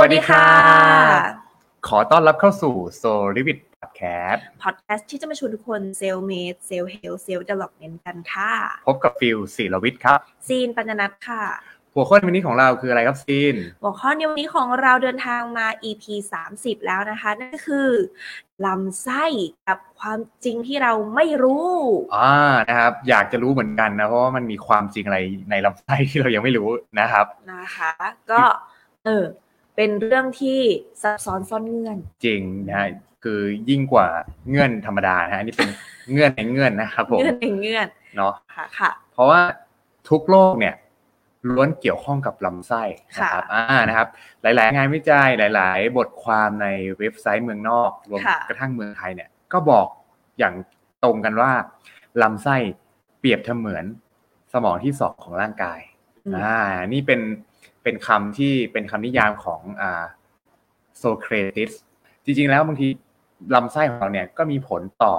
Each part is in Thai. วัสดีค่ะ ขอต้อนรับเข้าสู่โซลิวิ d พอดแคสต์ พอดแคสต์ที่จะมาชวนทุกคนเซลเมดเซลเฮลเซลเดเวล็อปเมนต์กันค่ะ พบกับฟิลศิรวิทย์ครับ ซีนปัญญนัทค่ะ หัวข้อในวันนี้ของเราคืออะไรครับซีน หัวข้อในวันนี้ของเราเดินทางมา EP 30 แล้วนะคะ นั่นก็คือลำไส้กับความจริงที่เราไม่รู้ อ่านะครับ อยากจะรู้เหมือนกันนะ เพราะว่ามันมีความจริงอะไรในลำไส้ที่เรายังไม่รู้นะครับ นะคะ ก็เออเป็นเรื่องที่ซับซ้อนซ่อนเงื่อน จริงนะฮะคือยิ่งกว่าเงื่อนธรรมดานะฮะอันนี่เป็น เงื่อนในเงื่อนนะครับผม เงื่อนในเงื่อน เนาะ ค่ะค่ะ เพราะว่าทุกโรคเนี่ยล้วนเกี่ยวข้องกับลำไส้นะครับ ค่ะ อ่านะครับ หลาย ๆ งานวิจัยหลาย ๆ บทความในเว็บไซต์เมืองนอกรวม ค่ะ กระทั่งเมืองไทยเนี่ยก็บอกอย่างตรงกันว่าลำไส้เปรียบเสมือนสมองที่สองของร่างกาย อืม อ่า นี่เป็น เป็นคำที่เป็นคำนิยามของอ่าโซเครติส จริงๆ แล้วบางทีลำไส้ของเราเนี่ยก็มีผลต่อ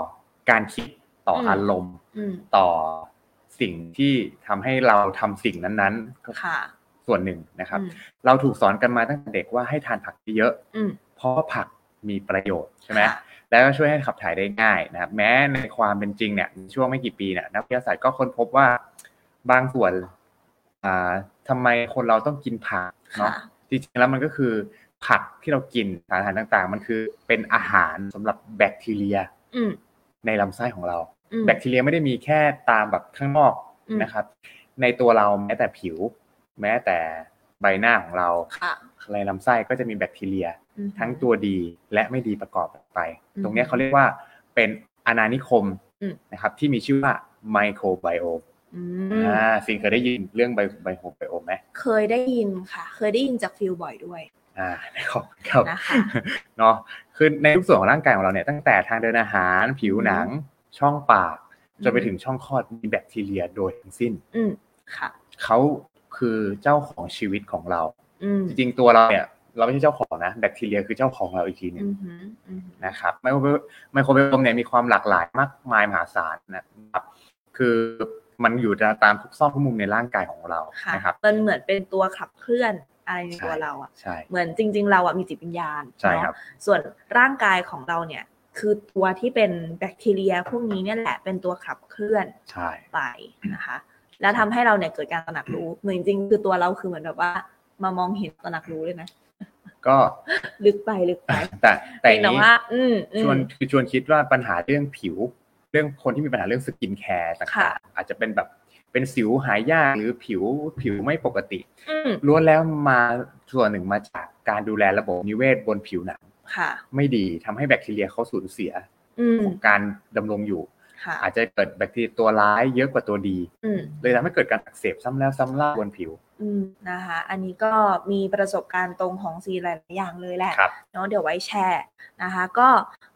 การคิด ต่ออารมณ์ อืม ต่อสิ่งที่ทำให้เราทำสิ่งนั้นๆก็ ค่ะ ส่วนหนึ่งนะครับ อืม เราถูกสอนกันมาตั้งแต่เด็กว่าให้ทานผักเยอะ อืม ๆเพราะว่าผักมีประโยชน์ใช่ไหม ค่ะ แล้วก็ช่วยให้ขับถ่ายได้ง่ายนะครับ แม้ในความเป็นจริงเนี่ยในช่วงไม่กี่ปีเนี่ยนักวิทยาศาสตร์ก็ค้นพบว่าบางส่วนอ่าทำไมคนเราต้องกินผักเนาะ ค่ะ จริงๆแล้วมันก็คือผักที่เรากินสารอาหารต่างๆ มันคือเป็นอาหารสำหรับแบคทีเรีย อืม ในลำไส้ของเรา อืม แบคทีเรียไม่ได้มีแค่ตามแบบข้างนอก อืม นะครับ ในตัวเราแม้แต่ผิว แม้แต่ใบหน้าของเรา ค่ะ ในลำไส้ก็จะมีแบคทีเรีย อืม ทั้งตัวดีและไม่ดีประกอบกันไป อืม ตรงเนี้ยเขาเรียกว่าเป็นอาณานิคม อืม นะครับ ที่มีชื่อว่าไมโครไบโอม อืม อ่าสิ่งเคยได้ยินเรื่องไบไบโอไบโอมไหม เคยได้ยินค่ะ เคยได้ยินจากฟิลบ่อยด้วย อ่านะครับครับ นะคะ เนาะคือในทุกส่วนของร่างกายของเราเนี่ยตั้งแต่ทางเดินอาหารผิวหนัง ช่องปาก จนไปถึงช่องคลอดมีแบคทีเรียโดยทั้งสิ้น อืมค่ะ เขาคือเจ้าของชีวิตของเรา อืม จริงๆตัวเราเนี่ย เราไม่ใช่เจ้าของนะแบคทีเรียคือเจ้าของเราอีกทีหนึอืงมหืมอืมหืม นะครับไมโครไบโอไมโครไบโอมเนี่ยมีความหลากหลายมากมายมหาศาลนะครับ คือมันอยู่ตามทุกซอกทุกมุมในร่างกายของเรา ค่ะ นะครับ มันเหมือนเป็นตัวขับเคลื่อนอะไรในตัวเราอ่ะ ใช่ เหมือนจริง ๆ เราอ่ะมีจิตวิญญาณ ใช่ เนอะ ครับ ส่วนร่างกายของเราเนี่ย คือตัวที่เป็นแบคทีเรียพวกนี้เนี่ยแหละเป็นตัวขับเคลื่อน ใช่ ไปนะคะ แล้วทำให้เราเนี่ยเกิดการตระหนักรู้เหมือนจริงๆคือตัวเราคือเหมือนแบบว่า มามองเห็นตระหนักรู้เลยนะ ก็ ลึกไปลึกไป แต่แต่ เพียงแต่ นี้ ว่า อืมอืม ชวนคือชวนคิดว่าปัญหาเรื่องผิว เรื่องคนที่มีปัญหาเรื่องสกินแคร์ต่า ค่ะ งๆอาจจะเป็นแบบเป็นสิวหายากหรือผิวผิวไม่ปกติ อืม ล้วนแล้วมาส่วนหนึ่งมาจากการดูแลระบบนิเวศบนผิวหนัง ค่ะ ไม่ดีทำให้แบคทีเรียเขาสูญเสีย อืม ของการดำรงอยู่ ค่ะ อาจจะเกิดแบคทีเรียตัวร้ายเยอะกว่าตัวดี อืม เลยทำให้เกิดการอักเสบซ้ำแล้วซ้ำเล่าบนผิว อืมนะคะ อันนี้ก็มีประสบการณ์ตรงของซีหลายๆอย่างเลยแหละ ครับ เนาะเดี๋ยวไว้แชร์นะคะ ก็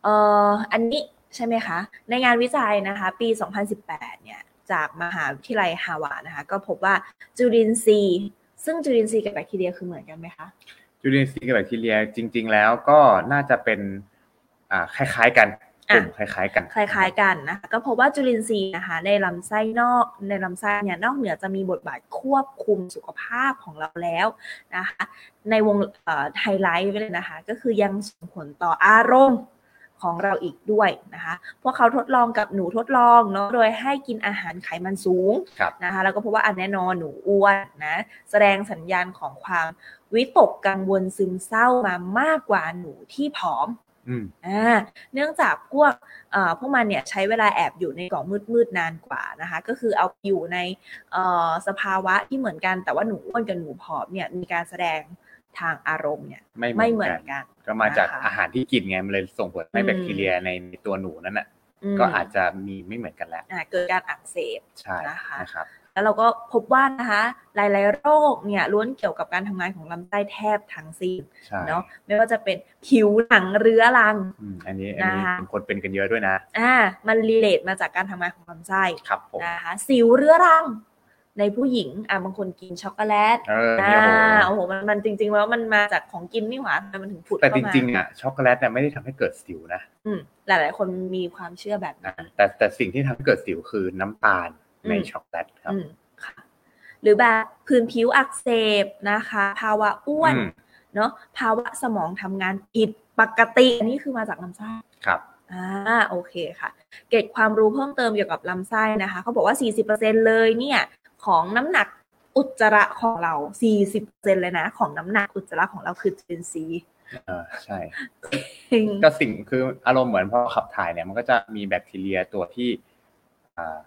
เอ่ออันนี้ใช่ไหมคะ ในงานวิจัยนะคะ ปี 2018 เนี่ย จากมหาวิทยาลัยฮาวาดนะคะ ก็พบว่าจุลินทรีย์ซึ่งจุลินทรีย์กับแบคทีเรียคือเหมือนกันไหมคะ จุลินทรีย์กับแบคทีเรียจริง ๆ แล้วก็น่าจะเป็นอ่าคล้ายๆกันก อ่ะ ลุ่มคล้าย ๆ กัน คล้ายๆกันนะคะก็พบว่าจุลินทรีย์นะคะในลำไส้นอกในลำไส้เนี่ยนอกเหนือจะมีบทบาทควบคุมสุขภาพของเราแล้วนะคะในวงเอ่อไฮไลท์ไว้เลยนะคะก็คือยังส่งผลต่ออารมณ์ของเราอีกด้วยนะคะพวกเขาทดลองกับหนูทดลองเนาะโดยให้กินอาหารไขมันสูง ครับ นะคะแล้วก็พบว่าอันแน่นอนหนูอ้วนนะแสดงสัญญาณของความวิตกกังวลซึมเศร้ามามากกว่าหนูที่ผอม อืม อ่าเนื่องจากพวกเอ่อพวกมันเนี่ยใช้เวลาแอบอยู่ในกล่องมืดๆนานกว่านะคะ ก็คือเอาอยู่ในเอ่อสภาวะที่เหมือนกันแต่ว่าหนูอ้วนกับหนูผอมเนี่ยมีการแสดงทางอารมณ์เนี่ย ไม่ ไม่ เห เห มื มื อ อน น กัน กัน ก็มาจาก นะคะ อาหารที่กินไงมันเลยส่งผลให้ อืม แบคทีเรียในตัวหนูนั้นน่ะ ม ก็อาจจะมีไม่เหมือนกันแล้ว อ่าเกิดการอักเสบ ใช่ นะคะ นะครับ แล้วเราก็พบว่านะคะหลาย ๆ โรคเนี่ยล้วนเกี่ยวกับการทำงานของลำไส้แทบทั้งสิ้น ใช่ เนาะไม่ว่าจะเป็นผิวหนังเรื้อรัง อืมอันนี้อันนี้ นะคะ เป็นคนเป็นกันเยอะด้วยนะ อ่ามันรีเลทมาจากการทำงานของลำไส้ ครับผม นะคะสิวเรื้อรัง ในผู้หญิงอ่ะบางคนกินช็อกโกแลต เออ อ่า เนี่ยโห โอ้โหมันมันจริงๆแล้วมันมาจากของกินนี่หว่าทำไมมันถึงผุด แต่จ เข้ามา ริงๆอ่ะช็อกโกแลตเนี่ยไม่ได้ทำให้เกิดสิวนะ อืมหลายๆ คนมีความเชื่อแบบ นะ นั้น แต่แต่สิ่งที่ทำให้เกิดสิวคือน้ำตาลใน อืม ช็อกโกแลตครับ อืมค่ะ หรือแบบผื่นผิวอักเสบนะคะ ภาวะอ้วน อืม เนาะภาวะสมองทำงานผิดปกติอันนี้คือมาจากลำไส้ ครับ อ่าโอเคค่ะ เกร็ดความรู้เพิ่มเติมเกี่ยวกับลำไส้นะคะเขาบอกว่า 40%เลยเนี่ย ของน้ำหนักอุจจาระของเรา 40%เลยนะ ของน้ำหนักอุจจาระของเราคือจุลินทรีย์ เออใช่ จริง ก็สิ่งคืออารมณ์เหมือนพอขับถ่ายเนี่ยมันก็จะมีแบคทีเรียตัวที่อ่า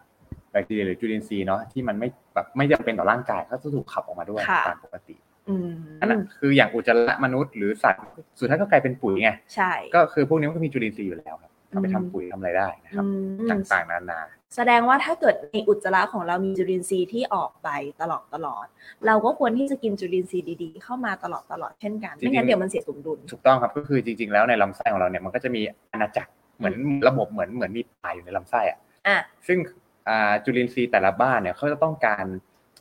แบคทีเรียหรือจุลินทรีย์เนาะที่มันไม่แบบไม่จำเป็นต่อร่างกายก็จะถูกขับออกมาด้วยตามปกติ อืม อันนั้นคืออย่างอุจจาระมนุษย์หรือสัตว์สุดท้ายก็กลายเป็นปุ๋ยไง ใช่ ก็คือพวกนี้มันก็มีจุลินทรีย์อยู่แล้วครับเอาไปทำปุ๋ยทำอะไรได้นะค อื รับ ม ต่างๆนานา แสดงว่าถ้าเกิดในอุจจาระของเรามีจุลินทรีย์ที่ออกไปตลอดตลอด เราก็ควรที่จะกินจุลินทรีย์ดีๆ เข้ามาตลอดตลอดเช่นกัน ไม่งั้น จริงๆ เดี๋ยวมันเสียสมดุล ถูกต้องครับก็คือจริง ๆ แล้วในลำไส้ของเราเนี่ยมันก็จะมีอาณาจักรเหมือนระบบเหมือนเหมือนมีป่าอยู่ในลำไส้อะ อ่ะ ซึ่งอ่าจุลินทรีย์แต่ละบ้านเนี่ยเขาจะต้องการ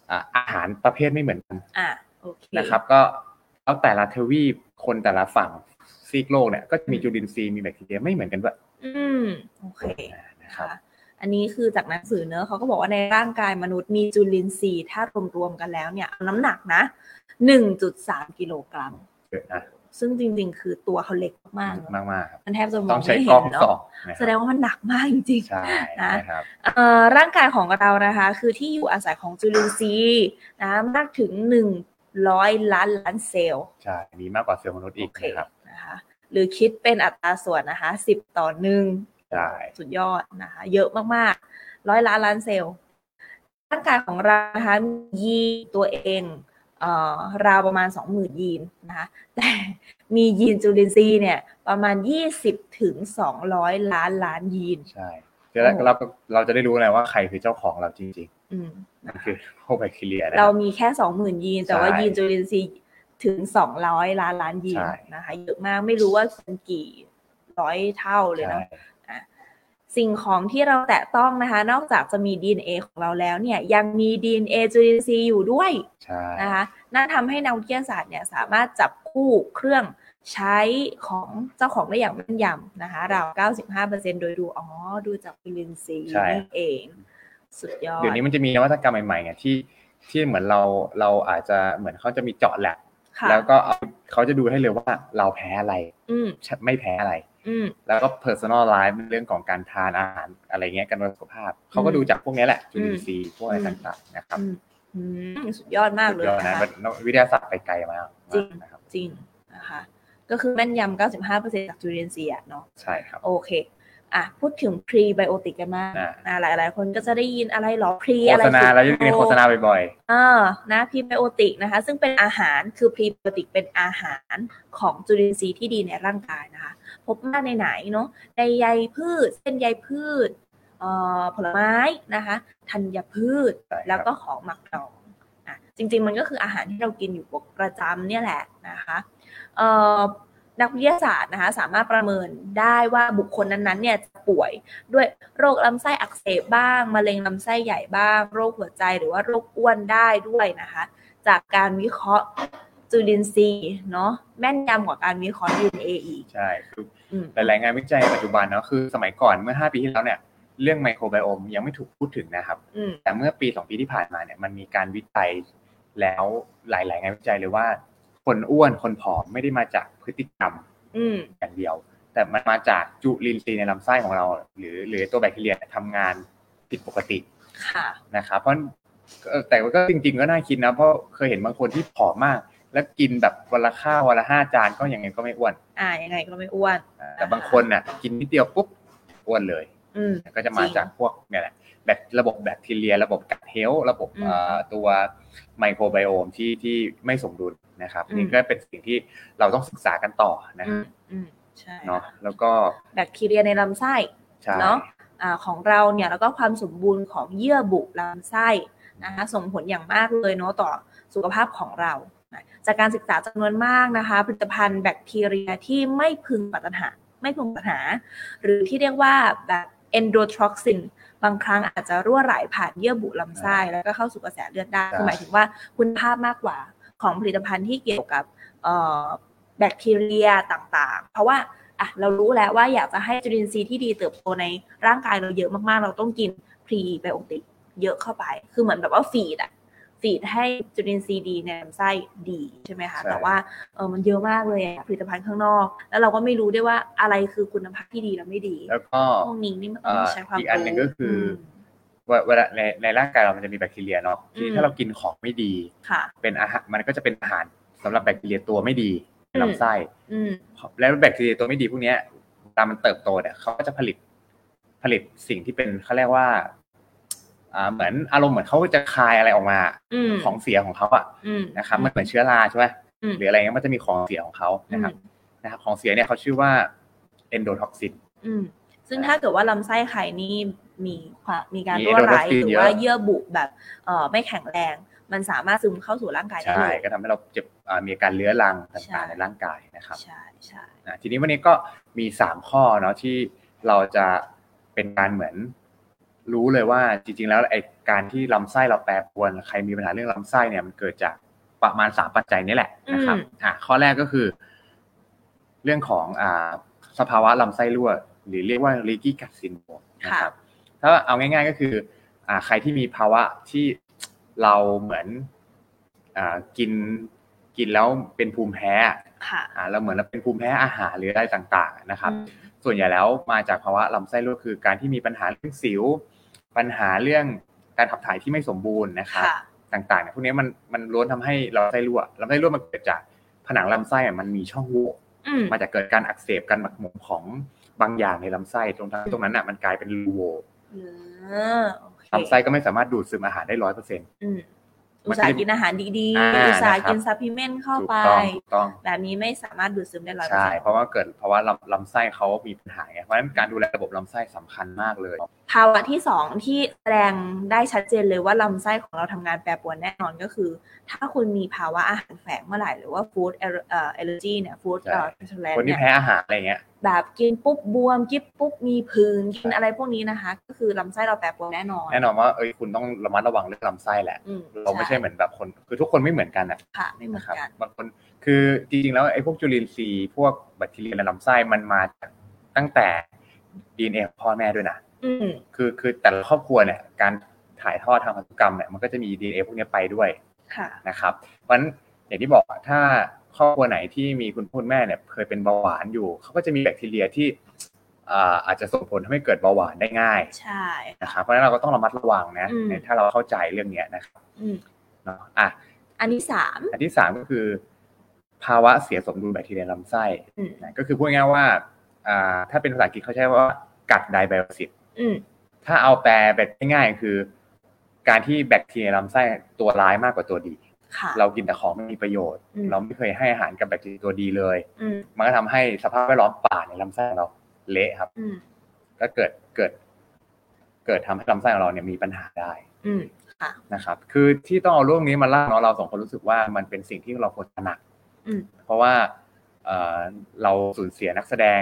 อ่าอาหารประเภทไม่เหมือนกัน อ่ะโอเค นะครับก็เอาแต่ละทวีปคนแต่ละฝั่งซีกโลกเนี่ยก็จะมีจุลินทรีย์มีแบคทีเรียไม่เหมือนกันด้วย อืมโอเค นะครับ ค่ะอันนี้คือจากหนังสือเนอะเขาก็บอกว่าในร่างกายมนุษย์มีจุลินทรีย์ถ้ารวมๆกันแล้วเนี่ยน้ำหนักนะ 1.3 กิโลกรัม เยอะนะ ซึ่งจริงๆ คือตัวเขาเล็กมากๆเนอะ มากมากๆครับ มันแทบจะม ต้ อ อง งใช้ ไม่ ก เห็ ล้อง น ส่ เนาะ องนะครับ แสดงว่ามันหนักมากจริงๆ ใช่นะครับ เอ่อร่างกายของเรานะคะคือที่อยู่อาศัยของจุลินทรีย์นะมากถึง 100 ล้านล้านเซลล์ ใช่มีมากกว่าเซลล์มนุษย์อีก โอเค นะครับ นะคะหรือคิดเป็นอัตราส่วนนะคะ 10 ต่อหนึ่ง ใช่ สุดยอดนะคะ เยอะมากๆ ร้อยล้านล้านเซลล์ ร่างกายของเรานะคะมียีนตัวเองเอ่อราวประมาณ 20,000 ยีนนะคะแต่มียีนจุลินทรีย์เนี่ยประมาณ 20ถึง200 ล้านล้านยีน ใช่คือเรา โอ้ เราก็เราจะได้รู้เลยว่าใครคือเจ้าของเราจริง อืม ๆนั่นคือพวกแบคทีเรียนะค เรา รับ มีแค่ 20,000 ยีน แต่ว่า ใช่ ยีนจุลินทรีย์ถึง 200 ล้านล้านยีน ใช่ นะคะเยอะมากไม่รู้ว่าเป็นกี่ร้อยเท่าเลย ใช่ เนาะ สิ่งของที่เราแตะต้องนะคะ นอกจากจะมี DNA ของเราแล้วเนี่ยยังมี DNA จุลินทรีย์อยู่ด้วย ใช่ นะคะนั่นทำให้นักวิทยาศาสตร์เนี่ยสามารถจับคู่เครื่องใช้ของเจ้าของได้อย่างแม่นยำนะคะเรา 95%โดยดูอ๋อดูจากจุลินทรีย์นี่เอง สุดยอด เดี๋ยวนี้มันจะมีนวัตกรรมใหม่ๆไงที่ที่เหมือนเราเราอาจจะเหมือนเขาจะมีเจาะแหละ ค่ะ แล้วก็เอาเขาจะดูให้เลยว่าเราแพ้อะไร อืม ไม่แพ้อะไร อืม แล้วก็ personal life เรื่องของการทานอาหารอะไรเงี้ยการดูแลสุขภาพ เขาก็ดูจากพวกเนี้ยแหละจุลินทรีย์พวกอะไรต่างๆนะครับ อืม อืมสุดยอดมากเลย สุดอด นะ นะคะ มันวิทยาศาสตร์ไปไกลมาก จริง นะครับ จริงนะคะก็คือแม่นยำ95%จากจุลินทรีย์อะเนาะ ใช่ครับ โอเค อ่ะ พูดถึงพรีไบโอติกกันมาก อ่า อ่าหลายหลาย ๆ คนก็จะได้ยินอะไรหรอพรี โฆ อะไร ษณา สุด เราจะเรียนโฆษณาบ่อย เออนะพรีไบโอติกนะคะ ซึ่งเป็นอาหารคือพรีไบโอติกเป็นอาหารของจุลินทรีย์ที่ดีในร่างกายนะคะ พบมากในไหนเนาะในใยพืช เส้นใยพืชเอ่อผลไม้นะคะธัญพืช ๆใช่ครับ แล้วก็ของหมักดองอ่ะจริงๆ มันก็คืออาหารที่เรากินอยู่ประจำเนี่ยแหละนะคะเอ่อนักวิทยาศาสตร์นะคะสามารถประเมินได้ว่าบุคคลนั้นๆเนี่ยจะป่วยด้วยโรคลำไส้อักเสบบ้างมะเร็งลำไส้ใหญ่บ้าง โรคหัวใจหรือว่าโรคอ้วนได้ด้วยนะคะ จากการวิเคราะห์จุลินทรีย์เนาะแม่นยำกว่าการวิเคราะห์ DNA อีก ใช่คือ อืม หลาย ๆ งานวิจัยปัจจุบันเนาะคือสมัยก่อนเมื่อ 5 ปีที่แล้วเนี่ยเรื่องไมโครไบโอมยังไม่ถูกพูดถึงนะครับ อืม แต่เมื่อปี 2 ปีที่ผ่านมาเนี่ยมันมีการวิจัยแล้วหลาย ๆ งานวิจัยเลยว่า คนอ้วนคนผอมไม่ได้มาจากพฤติกรรม อืม อย่างเดียว แต่มันมาจากจุลินทรีย์ในลำไส้ของเรา หรือหรือตัวแบคทีเรียทำงานผิดปกติ ค่ะ นะครับเพราะเอ่อแต่ว่าก็จริง ๆ ก็น่าคิดนะ เพราะเคยเห็นบางคนที่ผอมมาก แล้วกินแบบวันละข้าววันละห้าจานก็ยังไงก็ไม่อ้วน อ่ายังไงก็ไม่อ้วน อ่าแต่บางคนน่ะกินนิดเดียวปุ๊บอ้วนเลย อืม ก็จะมา จริง จากพวกเนี่ยแหละแบคระบบแบคทีเรีย ระบบกัดเฮลท์ระบบ อืม เอ่อตัวไมโครไบโอมที่ที่ไม่สมดุลนะครับ อืม นี่ก็เป็นสิ่งที่เราต้องศึกษากันต่อนะ อืมอืมใช่ เนาะแล้วก็ แบคทีเรียในลำไส้ ใช่ เนาะ อ่าของเราเนี่ยแล้วก็ความสมบูรณ์ของเยื่อบุลำไส้นะคะส่งผลอย่างมากเลยเนาะต่อสุขภาพของเรา จากการศึกษาจำนวนมากนะคะ ผลิตภัณฑ์แบคทีเรียที่ไม่พึงปรารถนาไม่พึงปรารถนา หรือที่เรียกว่าแบบเอนโดทรอกซินบางครั้งอาจจะรั่วไหลผ่านเยื่อบุลำไส้แล้วก็เข้าสู่กระแสเลือดได้ ใช่ คือหมายถึงว่าคุณภาพมากกว่าของผลิตภัณฑ์ที่เกี่ยวกับเอ่อแบคทีเรียต่างๆ เพราะว่า อ่ะเรารู้แล้วว่าอยากจะให้จุลินทรีย์ที่ดีเติบโตในร่างกายเราเยอะมากๆ เราต้องกินพรีไบโอติกเยอะเข้าไป คือเหมือนแบบว่าฟีดอะฟ ฟีดให้จุลินทรีย์ดีในลำไส้ดีใช่ไหมคะ ใช่ แต่ว่าเออมันเยอะมากเลยอะผลิตภัณฑ์ข้างนอก แล้วเราก็ไม่รู้ด้วยว่าอะไรคือคุณภาพที่ดีและไม่ดี แล้วก็ พวกนี้นี่มัน เอ่อ ต้องใช้ความ อีกอันหนึ่งก็คือ ม เวลาในในร่างกายเรามันจะมีแบคทีเรียเนาะที่ อืม ถ้าเรากินของไม่ดี ค่ะ เป็นอาหารมันก็จะเป็นอาหารสำหรับแบคทีเรียตัวไม่ดีในลำไส้ อืม แล้วแบคทีเรียตัวไม่ดีพวกเนี้ยเวลามันเติบโตเนี่ยเขาก็จะผลิตผลิตสิ่งที่เป็นเขาเรียกว่าอ่าเหมือนอารมณ์เหมือนเขาจะคายอะไรออกมา อืม ของเสียของเขาอะ อืม นะครับมันเหมือนเชื้อราใช่ไหม อืม หรืออะไรเงี้ยมันจะมีของเสียของเขานะครับนะครับ ของเสียเนี่ยเขาชื่อว่าเอนโดท็อกซิน อืมซึ่งถ้าเกิดว่าลำไส้ไข่นี่มีความมีการ มี รั่วไหล endotoxin หรือว่า เยอะ เยื่อบุแบบเอ่อไม่แข็งแรง มันสามารถซึมเข้าสู่ร่างกายได้ ใช่ เลย ก็ทำให้เราเจ็บอ่ามีอาการเลื้อรัง ใช่ ต่างๆในร่างกายนะครับ ใช่ใช่ นะทีนี้วันนี้ก็มี 3 ข้อเนาะที่เราจะเป็นการเหมือนรู้เลยว่าจริง ๆ แล้วไอ้การที่ลำไส้เราแปรปรวนใครมีปัญหาเรื่องลำไส้เนี่ยมันเกิดจากประมาณ 3 ปัจจัยนี่แหละนะครับอ่ะข้อแรกก็คือ เรื่องของอ่าสภาวะลำไส้รั่ว หรือเรียกว่าลิกี้กัดซินโดมนะครับถ้าเอาง่าย ๆก็คืออ่าใครที่มีภาวะที่เราเหมือนอ่ากินกินแล้วเป็นภูมิแพ้ ค่ะ อ่าเราเหมือนเราเป็นภูมิแพ้อาหารหรืออะไรต่างๆนะครับ อืม ส่วนใหญ่แล้วมาจากภาวะลำไส้รั่วคือการที่มีปัญหาเรื่องสิว ปัญหาเรื่องการขับถ่ายที่ไม่สมบูรณ์นะครับ ค่ะ ต่างๆเนี่ยพวกนี้มันมันล้วนทำให้ลำไส้รั่วลำไส้รั่วมันเกิดจากผนังลำไส้อะมันมีช่องโหว่ อืม มาจากเกิดการอักเสบการหมักหมมของบางอย่างในลำไส้ตรงทางตรงนั้นอ่ะมันกลายเป็นรูโหว่ เออโอเค ลำไส้ก็ไม่สามารถดูดซึมอาหารได้ร้อยเปอร์เซ็นต์ อืมอุมัน ต ก็ ส่า จะ ห์กินอาหารดี อ่า ๆ อุตส่าห์ นะครับ กินซัพพลิเมนต์เข้า ถูก ไป ต้องถูกต้อง แบบนี้ไม่สามารถดูดซึมได้ร้อยเปอร์ ใช่ เซ็นต์ เพราะว่าเกิดภาวะลำลำไส้เขามีปัญหาไงเพราะฉะนั้นการดูแลระบบลำไส้สำคัญมากเลย ภาวะที่สองที่แสดงได้ชัดเจนเลยว่าลำไส้ของเราทำงานแปรปรวนแน่นอนก็คือ ถ้าคุณมีภาวะอาหารแฝงเมื่อไหร่ หรือว่า food aller- เอ่อ allergy เนี่ย food ใช่ เอ่อ intolerance คนที่ เนี่ย แพ้อาหารอะไรเงี้ย แบบกินปุ๊บบวม กิบปุ๊บมีผื่นกินอะไรพวกนี้นะคะ ก็คือลำไส้เราแปรปรวนแน่นอน แน่นอนว่าเอ้ยคุณต้องระมัดระวังเรื่องลำไส้แหละ อืม เราไม่ใช่เหมือนแบบคน คือทุกคนไม่เหมือนกันนะ ค่ะไม่เหมือ นะ น ครับ กัน บางคนคือจริงๆแล้วไอ้พวกจุลินทรีย์พวกแบคทีเรียในลำไส้มันมาจากตั้งแต่ DNA ของพ่อแม่ด้วยนะ อืม คือคือแต่ละครอบครัวเนี่ยการถ่ายทอดทางพันธุกรรมเนี่ยมันก็จะมี DNA พวกเนี้ยไปด้วย ค่ะ นะครับเพราะฉะนั้นอย่างที่บอกอะถ้าครอบครัวไหนที่มีคุณพ่อคุณแม่เนี่ยเคยเป็นเบาหวานอยู่เขาก็จะมีแบคทีเรียที่อ่าอาจจะส่งผลทำให้เกิดเบาหวานได้ง่าย ใช่ นะครับเพราะฉะนั้นเราก็ต้องระมัดระวังนะ อืม ในถ้าเราเข้าใจเรื่องเนี้ยนะครับ อืม เนาะอ่ะ อันที่สาม อันที่สามก็คือ ภาวะเสียสมดุลแบคทีเรียลำไส้ อืม นะก็คือพูดง่ายๆว่าอ่า ถ้าเป็นภาษาอังกฤษเขาใช้ว่ากัดไดไบโอซิส อืม ถ้าเอาแปลแบบง่ายๆคือ การที่แบคทีเรียลำไส้ตัวร้ายมากกว่าตัวดี ค่ะ เรากินแต่ของไม่มีประโยชน์ อืม เราไม่เคยให้อาหารกับแบคทีเรียตัวดีเลย อืม มันก็ทำให้สภาพแวดล้อมป่าในลำไส้ของเราเละครับ อืม ก็เกิดเกิด เกิดทำให้ลำไส้ของเราเนี่ยมีปัญหาได้ อืมค่ะ นะครับ คือที่ต้องเอาเรื่องนี้มาเล่าเนาะเราสองคนรู้สึกว่ามันเป็นสิ่งที่เราควรตระหนัก อืม เพราะว่าเอ่อเราสูญเสียนักแสดง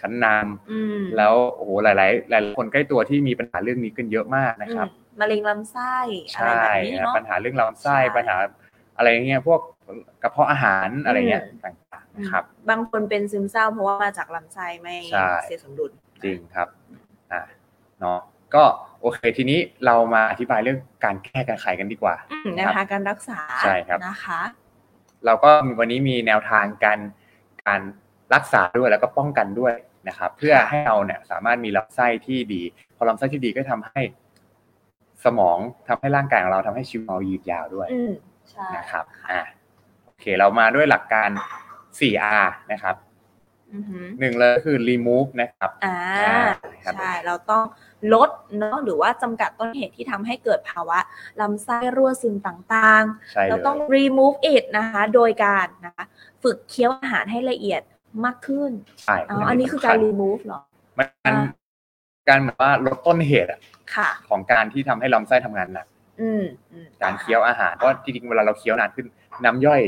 ชั้นน อืม ำแล้วโอ้โหหลาย ๆ หลายๆคนใกล้ตัวที่มีปัญหาเรื่องนี้กันเยอะมากนะครับ อืมมะเร็งลำไส้อะไร ใช่ แบบนี้ นะ เนาะ ปัญหาเรื่องลำไส้ ใช่ ปัญหาอะไรอย่างเงี้ยพวกกระเพาะอาหารอะไรเงี้ย อืม ต่างๆนะครับ บางคนเป็นซึมเศร้าเพราะว่ามาจากลำไส้ไม่ ใช่ เสียสมดุล จริงครับอ่ะเนาะก็โอเคทีนี้เรามาอธิบายเรื่องการแก้การไขกันดีกว่า อืมแนวทางการรักษา ใช่ครับ นะคะ เราก็มีวันนี้มีแนวทางการการรักษาด้วยแล้วก็ป้องกันด้วยนะครับ เพื่อให้เราเนี่ยสามารถมีลำไส้ที่ดี พอลำไส้ที่ดีก็ทำให้สมองทำให้ร่างกายของเราทำให้ชีวิตเรายืดยาวด้วย อืมใช่ นะครับอ่ะโอเคเรามาด้วยหลักการ 4R นะครับ อือหือ หนึ่งเลยก็คือ remove นะครับ อ่า ครับ ใช่ เราต้องลดเนาะหรือว่าจำกัดต้นเหตุที่ทำให้เกิดภาวะลำไส้รั่วซึมต่าง ใช่ ๆ เล เรา ย ต้อง remove it นะคะ โดยการนะคะ ฝึกเคี้ยวอาหารให้ละเอียดมากขึ้น ใช่ อ๋ออันนี้คือการ remove เหรอ มันมัน อ่า การเหมือนว่าลดต้นเหตุอะ ค่ะ ของการที่ทำให้ลำไส้ทำงานหนัก อืมอืม การเคี้ยวอาหารเพราะจริงๆเวลาเราเคี้ยวนานขึ้นน้ำย่อย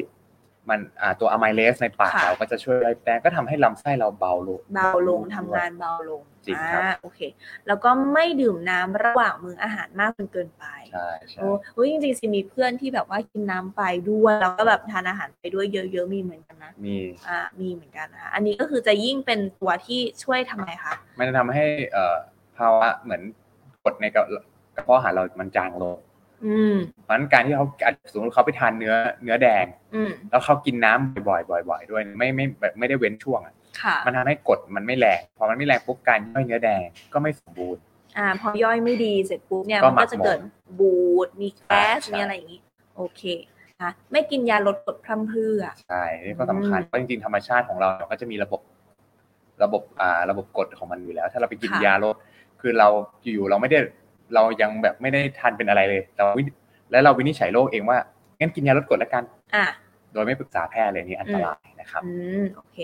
มันอ่าตัวอะไมเลสในปากเราก็จะช่วยย่อยแป้งก็ทำให้ลำไส้เราเบาลง เบาลงทำงานเบาลง จริงครับ อ่าโอเค แล้วก็ไม่ดื่มน้ำระหว่างมื้ออาหารมากจนเกินไป ใช่ใช่ โอ้เฮ้ยจริงๆสิมีเพื่อนที่แบบว่ากินน้ำไปด้วยแล้วก็แบบทานอาหารไปด้วยเยอะๆมีเหมือนกันนะ มี อ่ามีเหมือนกันนะคะอันนี้ก็คือจะยิ่งเป็นตัวที่ช่วยทำไมคะ มันจะทำให้เอ่อภาวะเหมือนกรดในกระกระเพาะอาหารเรามันจางลง อืม เพราะฉะนั้นการที่เขาอาจจะสมมติเขาไปทานเนื้อเนื้อแดง อืม แล้วเขากินน้ำบ่อยๆบ่อยๆด้วยไม่ไม่แบบไม่ได้เว้นช่วงอะ ค่ะ มันทำให้กรดมันไม่แรงพอมันไม่แรงปุ๊บการย่อยเนื้อแดงก็ไม่สมบูรณ์ อ่า พอย่อยไม่ดีเสร็จปุ๊บเนี่ย ก็ มัน หมัก ก็จะเกิด หมอง บูดมีแก๊ส ใช่ มีอะไรอย่างนี้ โอเคนะไม่กินยาลดกรดพร่ำเพรื่อ ใช่นี่ก็สำคัญ อืม เพราะจริงๆธรรมชาติของเราก็จะมีระบบ ระบบอ่าระบบกฎของมันอยู่แล้ว ถ้าเราไปกิน ค่ะ ยาลดคือเราอยู่ๆเราไม่ได้เรายังแบบไม่ได้ทานเป็นอะไรเลยแต่วิและเราวินิจฉัยโรคเองว่างั้นกินยาลดกรดแล้วกัน อ่ะ โดยไม่ปรึกษาแพทย์เลยนี่อันตรายนะครับ อืม โอเค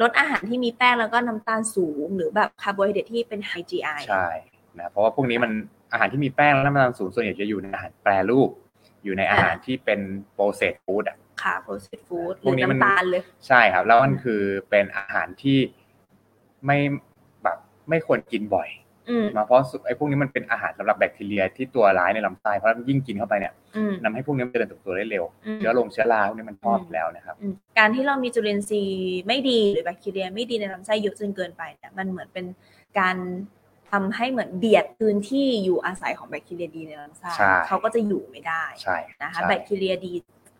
ลดอาหารที่มีแป้งแล้วก็น้ำตาลสูง หรือแบบคาร์โบไฮเดรตที่เป็นไฮ GI ใช่นะเพราะว่าพวกนี้มันอาหารที่มีแป้งและน้ำตาลสูงส่วนใหญ่จะอยู่ในอาหารแปรรูป อยู่ในอาหารที่เป็นโปรเซสฟู้ดอ่ะ ค่ะ processed food ห พว รื ก อ นี้มัน น้ำตาลเลย ใช่ครับ แล้วมันคือเป็นอาหารที่ไม่แบบไม่ควรกินบ่อย อืม มาเพราะไอ้พวกนี้มันเป็นอาหารสำหรับแบคทีเรียที่ตัวร้ายในลำไส้เพราะยิ่งกินเข้าไปเนี่ย อืม นำให้พวกนี้มันเจริญเติบโตได้เร็ว อืม เชื้อลงเชื้อราพวกนี้มันชอบอยู่แล้วนะครับ อืมการที่เรามีจุลินทรีย์ไม่ดีหรือแบคทีเรียไม่ดีในลำไส้เยอะจนเกินไปเนี่ยมันเหมือนเป็นการทำให้เหมือนเบียดพื้นที่อยู่อาศัยของแบคทีเรียดีในลำไส้ ใช่ เขาก็จะอยู่ไม่ได้ ใช่ นะคะ ใช่ แบคทีเรียดี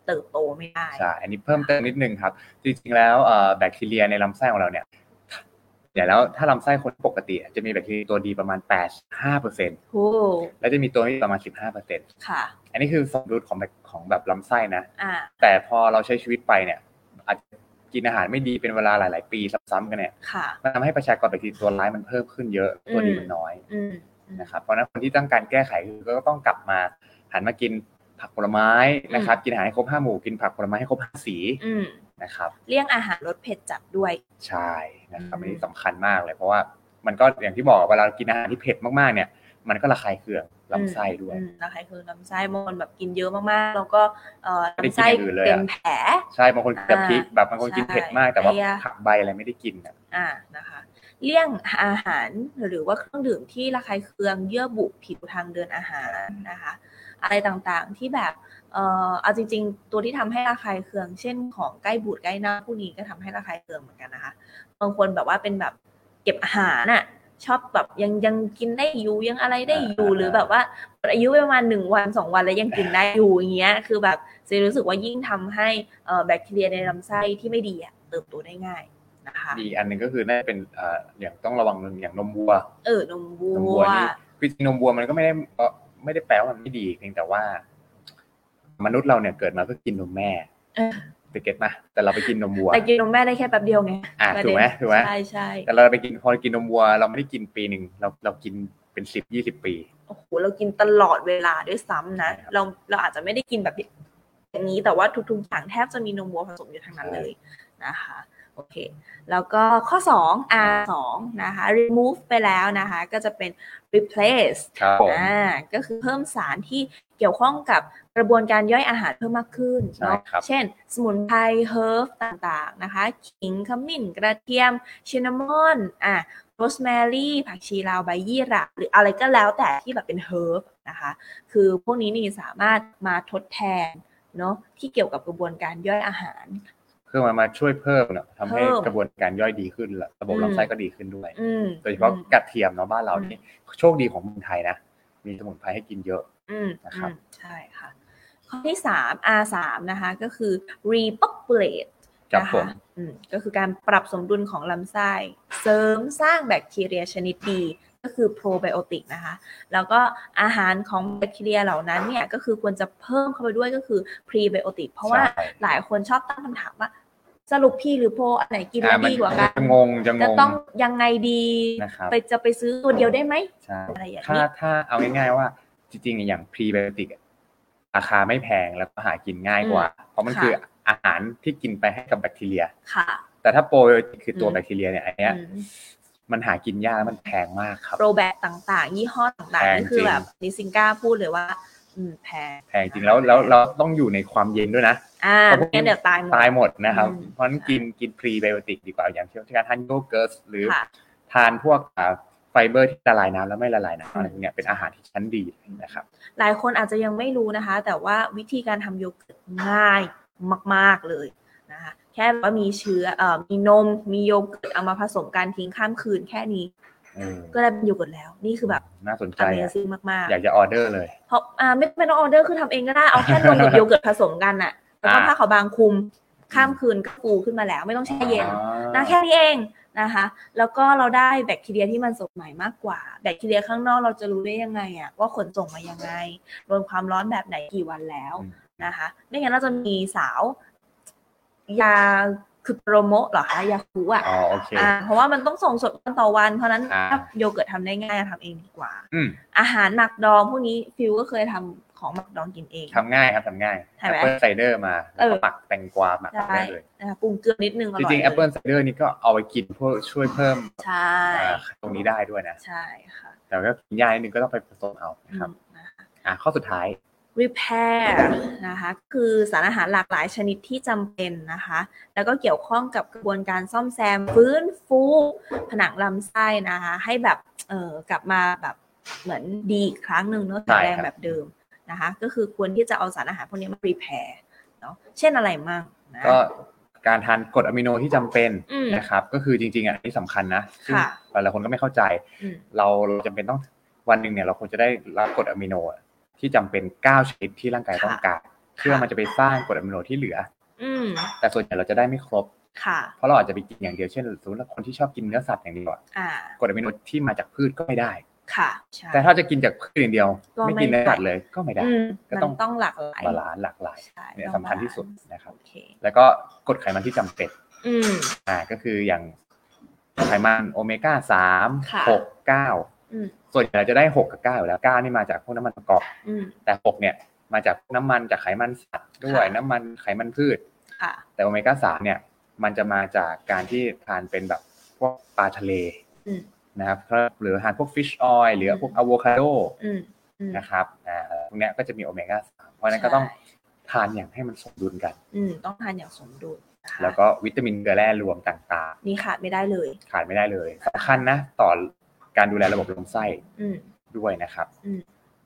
เติบโตไม่ได้ ใช่ อันนี้เพิ่มเติมนิดนึงครับ จริงๆ แล้วเอ่อแบคทีเรียในลำไส้ของเราเนี่ยเดี๋ยวแล้วถ้าลำไส้คนปกติจะมีแบคทีเรียตัวดีประมาณ 85% โอ้ แล้วจะมีตัวไม่ดีประมาณ 15% ค่ะ อันนี้คือสมดุลของแบบของแบบลำไส้นะ อ่า แต่พอเราใช้ชีวิตไปเนี่ย อาจจะกินอาหารไม่ดีเป็นเวลาหลาย ๆ ปีซ้ำๆกันเนี่ย ค่ะ มันทำให้ประชากรแบคทีเรียตัวร้ายมันเพิ่มขึ้นเยอะ ตัวดีมันน้อย อืม นะครับ เพราะฉะนั้นคนที่ต้องการแก้ไขคือก็ต้องกลับมาหันมากินผักผลไม้นะครับ กินอาหารให้ครบห้าหมู่ กินผักผลไม้ให้ครบห้าสี อืม นะครับ เลี่ยงอาหารรสเผ็ดจัดด้วย ใช่นะครับ อืม อันนี้สำคัญมากเลย เพราะว่ามันก็อย่างที่บอกเวลากินอาหารที่เผ็ดมากๆเนี่ย มันก็ระคายเคืองลำไส้ด้วย อืมนะคะคือลำไส้บางคนแบบกินเยอะมากๆ แล้วก็เอ่อ ไม่ได้ ลำไส้กินอย่างอื่นเลยอะ เป็นแผล ใช่บางคนกินแต่พริกแบบบางคนกิน ใช่ เผ็ดมากแต่ว่า ไอ้ยะ ผักใบอะไรไม่ได้กินอะ อ่านะคะเลี่ยงอาหารหรือว่าเครื่องดื่มที่ระคายเคืองเยื่อบุผิวทางเดินอาหารนะคะ อะไรต่างๆที่แบบเอ่อเอาจริง ๆ ตัวที่ทำให้ระคายเคือง เช่นของใกล้บูดใกล้หน้าพวกนี้ก็ทำให้ระคายเคืองเหมือนกันนะคะบางคนแบบว่าเป็นแบบเก็บอาหารน่ะชอบแบบยังยังกินได้อยู่ยังอะไรได้อยู่หรือแบบว่าหมดอายุไปประมาณหนึ่งวันสองวันแล้วยังกินได้อยู่อย่างเงี้ยคือแบบเซรู้สึกว่ายิ่งทำให้เอ่อแบคทีเรียในลำไส้ที่ไม่ดีอะเติบโตได้ง่ายนะคะ มีอันหนึงก็คือน่าจะเป็นเอ่ออย่างต้องระวังเรื่องอย่างนมวัว เออนมวั นมวัว ว นี่คือจริงๆนมวัวมันก็ไม่ได้เอ่อไม่ได้แปลว่ามันไม่ดีเพียงแต่ว่า มนุษย์เราเนี่ยเกิดมาเพื่อกินนมแม่ เออ ไปเก็ตมาแต่เราไปกินนมวัว แต่กินนมแม่ได้แค่แป๊บเดียวไง อ่ะ ประ ถูก เด็น ไหมถูกไหม ใช่ใช่ แต่เราไปกินพอกินนมวัว เราไม่ได้กินปีหนึ่งเราเรากินเป็นสิบยี่สิบปี โอ้โหเรากินตลอดเวลาด้วยซ้ำนะ ใช่ครับ เราเราอาจจะไม่ได้กินแบบอย่างนี้แต่ว่าทุกๆอย่างแทบจะมีนมวัวผสมอยู่ทั้งนั้นเลยนะคะโอเค แล้วก็ข้อ 2 R 2นะคะ remove ไปแล้วนะคะ ก็จะเป็น replace ครับผม อ่าก็คือเพิ่มสารที่เกี่ยวข้องกับกระบวนการย่อยอาหารเพิ่มมากขึ้น ใช่ เนาะ ครับ เช่น สมุนไพรเฮิร์ฟต่างๆนะคะขิงขมิ้น กระเทียมชินามอนอ่ะโรสแมรี่ผักชีลาวใบยี่หร่าหรืออะไรก็แล้วแต่ที่แบบเป็นเฮิร์ฟนะคะ คือพวกนี้นี่สามารถมาทดแทนเนาะที่เกี่ยวกับกระบวนการย่อยอาหาร เพื่อมามาช่วยเพิ่มเนอะทำให้ เพิ่ม กระบวนการย่อยดีขึ้นละระบบ อืม ลำไส้ก็ดีขึ้นด้วย อืม โดยเฉพาะ อืม กระเทียมเนาะบ้านเรา อืม นี่โชคดีของเมืองไทยนะ มีสมุนไพรให้กินเยอะ อืม นะครับ อืมใช่ค่ะ ข้อที่สาม R สามนะคะก็คือ repopulate ครับ นะคะ ผม อืมก็คือการปรับสมดุลของลำไส้ เสริมสร้างแบคทีเรียชนิดดี ก็คือโปรไบโอติกนะคะ แล้วก็อาหารของแบคทีเรียเหล่านั้นเนี่ยก็คือควรจะเพิ่มเข้าไปด้วยก็คือพรีไบโอติกเพราะว่า ใช่ หลายคนชอบตั้งคำถามว่า สรุปพีหรือโปรอันไหนกินแล้ว อ่ะมั ดีกว่ากัน จะงงจะง จะ ง ต้องยังไงดี นะครับ ไปจะไปซื้อตัวเดียวได้ไหม ใช่ อะไรอย่าง ถ้า นี้ ถ้าเอาง่ายๆว่าจริงๆ อย่างพรีไบโอติกราคาไม่แพงแล้วก็หากินง่ายกว่า เพราะมันคืออาหารที่กินไปให้กับแบคทีเรีย ค่ะ แต่ถ้าโปรไบโอติกคือตัว อืม แบคทีเรียเนี่ยอันเนี้ย อืม มันหากินยากมันแพงมากครับ โปรแบกต่างๆ ยี่ห้อต่าง แพ ๆ ง นี่คือ จริง แบบนิซิงก้าพูดเลยว่า อืมแพง แพงจริงแล้วแล้วเราต้องอยู่ในความเย็นด้วยนะ อ่า เพราะพวกนี้ งั้นเดี๋ยวตายหมด ตายหมดนะครับ อืม เพราะฉะนั้นกินกินพรีไบโอติกดีกว่าอย่างเช่นการทานโยเกิร์ตหรือ ค่ะ ทานพวกอ่าไฟเบอร์ที่ละลายน้ำแล้วไม่ละลายน้ำอะไรพวกเนี้ยเป็นอาหารที่ชั้นดีนะครับ หลายคนอาจจะยังไม่รู้นะคะ แต่ว่าวิธีการทำโยเกิร์ตง่ายมาก ๆเลยนะคะแค่ว่ามีเชื้อเอ่อมีนมมีโยเกิร์ตเอามาผสมกันทิ้งข้ามคืนแค่นี้ เออ ก็ได้เป็นยูเกิร์ตแล้ว นี่คือแบบ น่าสนใจ อเม อะ ซิ่งมาก อยากจะออเดอร์เลย ๆ เพราะอ่าไม่ไม่ต้องออเดอร์คือทำเองก็ได้ เอาแค่นมกับยูเกิร์ตผสมกันอะแล้วก็ อ่า ผ้าขาวบางคลุมข้ามคืนก็ฟูขึ้นมาแล้ว ไม่ต้องแช่เย็น อ่า นะแค่นี้เองนะคะ แล้วก็เราได้แบคทีเรียที่มันสดใหม่มากกว่า แบคทีเรียข้างนอกเราจะรู้ได้ยังไงอะว่าขนส่งมายังไงโดนความร้อนแบบไหนกี่วันแล้ว อืม นะคะไม่งั้นเราจะมีสาวยาคือโปรโมะเหรอคะยาคูอะ อ๋อโอเค อ่าเพราะว่ามันต้องส่งสดวันต่อวัน เพราะฉะนั้น อ่า ถ้าโยเกิร์ตทำได้ง่ายทำเองดีกว่า อืม อาหารหมักดองพวกนี้ฟิวก็เคยทำของหมักดองกินเอง ทำง่ายครับทำง่าย ใช่ แอไหมปเปิลไซเดอร์มาแล้วก็ เออ หมักแตงกวาหมัก ใช่ ได้เลย นะคะปรุงเกลือนิดนึงอ จ ร่อย ริงๆแอปเปิล ลย ไซเดอร์นี่ก็เอาไปกินเพื่อช่วยเพิ่ม ใช่ อ่าตรงนี้ได้ด้วยนะ ใช่ค่ะ แต่ก็กินยากนิดนึงก็ต้องไปผสมเอานะครับ อืมนะคะ อ่ะข้อสุดท้าย repair นะคะคือสารอาหารหลากหลายชนิดที่จำเป็นนะคะ แล้วก็เกี่ยวข้องกับกระบวนการซ่อมแซมฟื้นฟูผนังลำไส้นะคะ ให้แบบเออกลับมาแบบเหมือนดีอีกครั้งหนึ่งเนอะ ใช่ แข็งครับ แรงแบบเดิมนะคะ ก็คือควรที่จะเอาสารอาหารพวกนี้มา repair เนาะเช่นอะไรมั่งนะ ก็การทานกรดอะมิโนที่จำเป็น อืม นะครับ ก็คือจริงๆอ่ะอันนี้สำคัญนะซึ่ง ค่ะ หลายๆคนก็ไม่เข้าใจ อืม เราเราจำเป็นต้องวันหนึ่งเนี่ยเราควรจะได้รับกรดอะมิโนที่จำเป็น 9 ชนิดที่ร่างกายต้องการเพื่อมันจะไปสร้างกรดอะมิโนที่เหลือ อืม แต่ส่วนใหญ่เราจะได้ไม่ครบ ค่ะ เพราะเราอาจจะไปกินอย่างเดียวเช่นสมมติว่าคนที่ชอบกินเนื้อสัตว์อย่างเดียวอะ อ่าก รดอะมิโนที่มาจากพืชก็ไม่ได้ ค่ะใช่ แต่ถ้าจะกินจากพืชอย่างเดียว ก็ไม่ ไม่กินเนื้อ ได้ สัตว์เลยก็ไม่ได้ อืม ก็ มัน ต้อง ต้องหลากหลาย บาลานซ์หลากหลาย ใช่ เนี่ย ต้อง สำคัญที่สุด บาลา นะครับ โอเ แล้วก็กรดไขมันที่จำเป็น อืม อ่าก็คืออย่างไขมันโอเมก้าสาม ค่ะ หกเก้า อืม ส่วนใหญ่เราจะได้หกกับเก้าอยู่แล้วเก้านี่มาจากพวกน้ำมันประกอบ อืม แต่หกเนี่ย มาจากน้ำมันจากไขมันสัตว์ด้วย ค่ะ น้ำมันไขมันพืช ค่ะ แต่โอเมก้าสามเนี่ย มันจะมาจากการที่ทานเป็นแบบพวกปลาทะเล อืม นะครับหรือทานพวกฟิชออยหรือพวกอะโวคาโด อืมอืม นะครับอ่าพวกเนี้ยก็จะมีโอเมก้าสามเพราะฉะนั้นก็ต้อง ใช่ ทานอย่างให้มันสมดุลกัน อืมต้องทานอย่างสมดุลนะคะ แล้วก็วิตามินเกลือแร่รวมต่าง นี่ขาดไม่ได้เลย ๆ ขาดไม่ได้เลยสำคัญนะต่อการดูแลระบบลำไส้ อืม ด้วยนะครับ อืม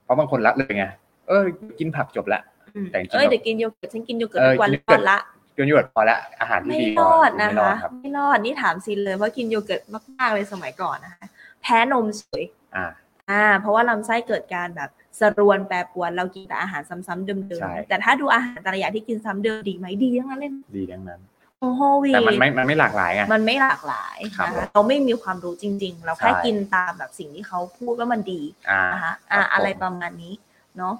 เพราะบางคนละเลยไง เออ กินผักจบละ อืม แต่จริงๆ เอ้ย แล้ว เดี๋ยวกินโยเกิร์ตฉันกินโยเกิร์ต เออ ทุกวัน กินโยเกิ ก่อร์ต นละ กินหยวดพอละ อาหารที่ ไม่ ดี ร พอ อดนะ ไม่รอ คะ ดครับ ไม่รอดนี่ถามซินเลยว่ากินโยเกิร์ตมากๆเลยสมัยก่อนนะคะ แพ้นมเฉย อ่า อ่า เพราะว่าลำไส้เกิดการแบบสะรวนแปรปรวนเรากินแต่อาหารซ้ำๆเดิม ใช่ ๆแต่ถ้าดูอาหารแต่ละอย่างที่กินซ้ำเดิมดีไหมดีทั้งนั้นเลย ดีดังนั้น โอ้โหวี แต่มันไม่ มันไม่หลากหลายไง มันไม่หลากหลาย ครับ นะคะเราไม่มีความรู้จริง ๆ เราแค่ ใช่ กินตามแบบสิ่งที่เขาพูดว่ามันดี อ่า นะคะ ครั อ่ะ บผม อะไรประมาณนี้เนาะ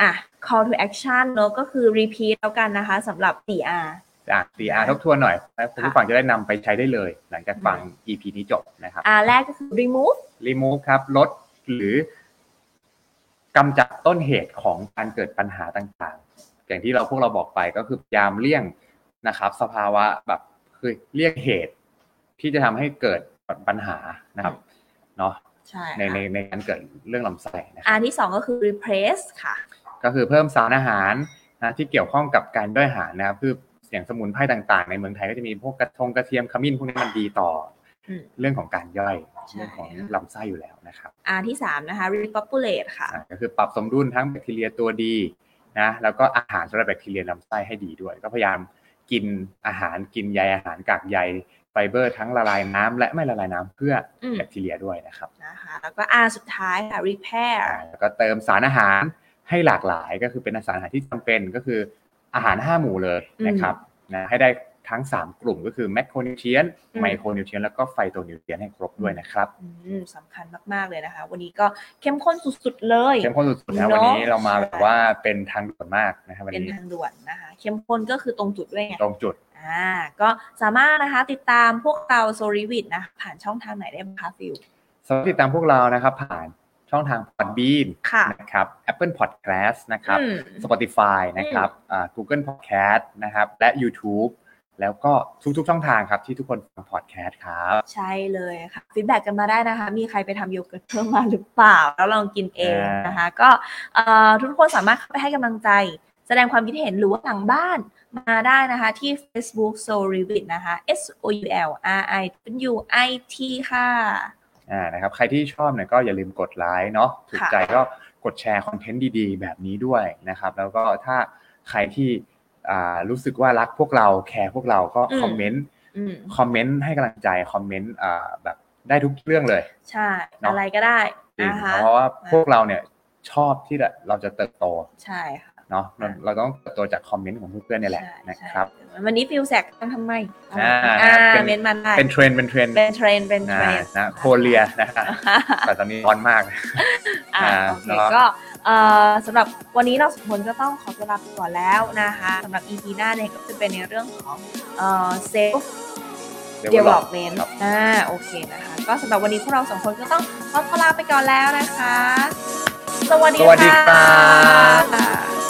อ่ะ call to action เนาะก็คือ repeat แล้วกันนะคะสำหรับ 4R อ่าตีอาทบทวนหน่อยให้คุณผู้ฟังจะได้นำไปใช้ได้เลย หลังจากฟัง EP นี้จบนะครับ R แรกก็คือ remove รีมูฟครับ ลดหรือกำจัดต้นเหตุของการเกิดปัญหาต่างๆ อย่างที่เราพวกเราบอกไปก็คือพยายามเลี่ยงนะครับ สภาวะแบบคือเลี่ยงเหตุ ที่จะทำให้เกิดปัญหานะครับเนาะ ใช่ ใน ค่ะ ในในการเกิดเรื่องลำไส้นะค อั รับ นที่ 2 ก็คือ replace ค่ะ ก็คือเพิ่มสารอาหารนะที่เกี่ยวข้องกับการย่อยอาหารนะครับคืออย่างสมุนไพรต่างๆ ในเมืองไทยก็จะมีพวกกระทงกระเทียมขมิ้นพวกนี้มันดีต่ออ ม เรื่องของการย่อย ใช่ เรื่องของลำไส้อยู่แล้วนะครับ อันที่ 3 นะคะ repopulate ค่ะ อ่ะก็คือปรับสมดุลทั้งแบคทีเรียตัวดีนะแล้วก็อาหารสำหรับแบคทีเรียลำไส้ให้ดีด้วย ก็พยายามกินอาหารกินใยอาหารกากใยไฟเบอร์ทั้งละลายน้ำและไม่ละลายน้ำเพื่ออ ม แบคทีเรียด้วยนะครับ นะคะ แล้วก็ R สุดท้ายค่ะ repair อ่ะแล้วก็เติมสารอาหารให้หลากหลายก็คือเป็นสารอาหารที่จำเป็นก็คืออาหาร 5 หมู่เลยนะครับนะให้ได้ทั้ง 3 กลุ่มก็คือแมคโครนิวเทียน อืม ไมโครนิวเทียนแล้วก็ไฟโตนิวเทียนให้ครบด้วยนะครับ อืมสำคัญมาก ๆ เลยนะคะ วันนี้ก็เข้มข้นสุด ๆ เลย เข้มข้นสุดๆนะวันนี้เรามาแบบว่าเป็นทางด่วนมากนะครับวัน เป็น นี้ ทางด่วนนะคะ เข้มข้นก็คือตรงจุดด้วยไง ตรงจุด อ่าก็สามารถนะคะติดตามพวกเราโซลิวิดนะ ผ่านช่องทางไหนได้บ้างคะฟิว สามารถติดตามพวกเรานะครับ ผ่านช่องทาง Podbean ค่ะ นะครับ Apple Podcast นะครับ อืม Spotify นะครับอ่า Google Podcast นะครับ และ YouTube แล้วก็ทุกๆช่องทางครับที่ทุกคนฟัง podcast ครับ ใช่เลยค่ะฟีดแบ็กกันมาได้นะคะ มีใครไปทำโยเกิร์ตเพิ่มมาหรือเปล่า แล้วลองกินเองนะคะ ก็เอ่อทุกคนสามารถเข้าไปให้กำลังใจ แสดงความคิดเห็นหรือว่าหลังบ้านมาได้นะคะที่ Facebook s o l i v i t นะคะ S O U L R I W I T ค่ะ อ่านะครับ ใครที่ชอบเนี่ยก็อย่าลืมกดไลค์เนาะ ถูกใจก็กดแชร์คอนเทนต์ดีๆ แบบนี้ด้วยนะครับ แล้วก็ถ้าใครที่อ่ารู้สึกว่ารักพวกเราแคร์พวกเราก็ อืม คอมเมนต์ อืม คอมเมนต์ให้กำลังใจ คอมเมนต์อ่าแบบ ได้ทุกเรื่องเลย ใช่ เนอะ อะไรก็ได้ จริง นะคะ เพราะว่าพวกเราเนี่ยชอบที่เราจะเติบโต ใช่ค่ะ เนาะเราเราต้องเติบโตจากคอมเมนต์ของเพื่อนๆเนี่ยแหละ ใช่ นะครับ ใช่วันนี้ฟิลแสกต้องทำไม อ่า อ่า เป็น เมนมาได้ เป็นเทรนด์เป็นเทรนด์ เป็นเทรนด์เป็นเทร นะ นด์ นะโคเรียนะฮะแต่ตอนนี้ร้อนมาก อ่า อ่า โอเค แล้วก็ ก็เอ่อสำหรับวันนี้เราสองคนก็ต้องขอตัวลาไปก่อนแล้วนะคะสำหรับ EP หน้าเนี่ยก็จะเป็นในเรื่องของเอ่อ self เดี๋ยวบอก development ครับ อ่าโอเคนะคะ ก็สำหรับวันนี้พวกเราสองคนก็ต้องขอตัวลาไปก่อนแล้วนะคะ สวัสดี สวัสดีครับ ค่ะ